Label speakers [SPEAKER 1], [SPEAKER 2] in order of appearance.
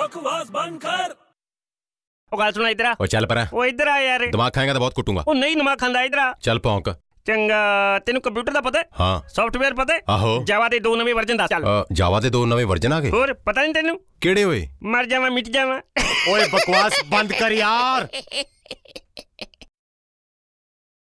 [SPEAKER 1] बकवास बंद कर
[SPEAKER 2] ਉਹ ਗੱਲ ਸੁਣਾ ਇਧਰ ਆ
[SPEAKER 3] ਓ ਚੱਲ ਪਰਾਂ
[SPEAKER 2] ਉਹ ਇਧਰ ਆ ਯਾਰ
[SPEAKER 3] ਦਿਮਾਗ ਖਾਏਗਾ ਤਾਂ ਬਹੁਤ ਕੁੱਟੂਗਾ
[SPEAKER 2] ਉਹ ਨਹੀਂ ਨਮਾ ਖਾਂਦਾ ਇਧਰ ਆ
[SPEAKER 3] ਚੱਲ ਭੌਂਕ
[SPEAKER 2] ਚੰਗਾ ਤੈਨੂੰ ਕੰਪਿਊਟਰ ਦਾ ਪਤਾ ਹੈ
[SPEAKER 3] ਹਾਂ
[SPEAKER 2] ਸੌਫਟਵੇਅਰ ਪਤਾ ਹੈ
[SPEAKER 3] ਆਹੋ
[SPEAKER 2] ਜਾਵਾ ਦੇ ਦੋ ਨਵੇਂ ਵਰਜਨ ਦਾ ਚੱਲ
[SPEAKER 3] ਜਾਵਾ ਦੇ ਦੋ ਨਵੇਂ ਵਰਜਨ ਆ ਗਏ
[SPEAKER 2] ਹੋਰ ਪਤਾ ਨਹੀਂ ਤੈਨੂੰ
[SPEAKER 3] ਕਿਹੜੇ ਓਏ
[SPEAKER 2] ਮਰ ਜਾਵਾਂ ਮਿਟ ਜਾਵਾਂ
[SPEAKER 4] ਓਏ ਬਕਵਾਸ ਬੰਦ ਕਰ ਯਾਰ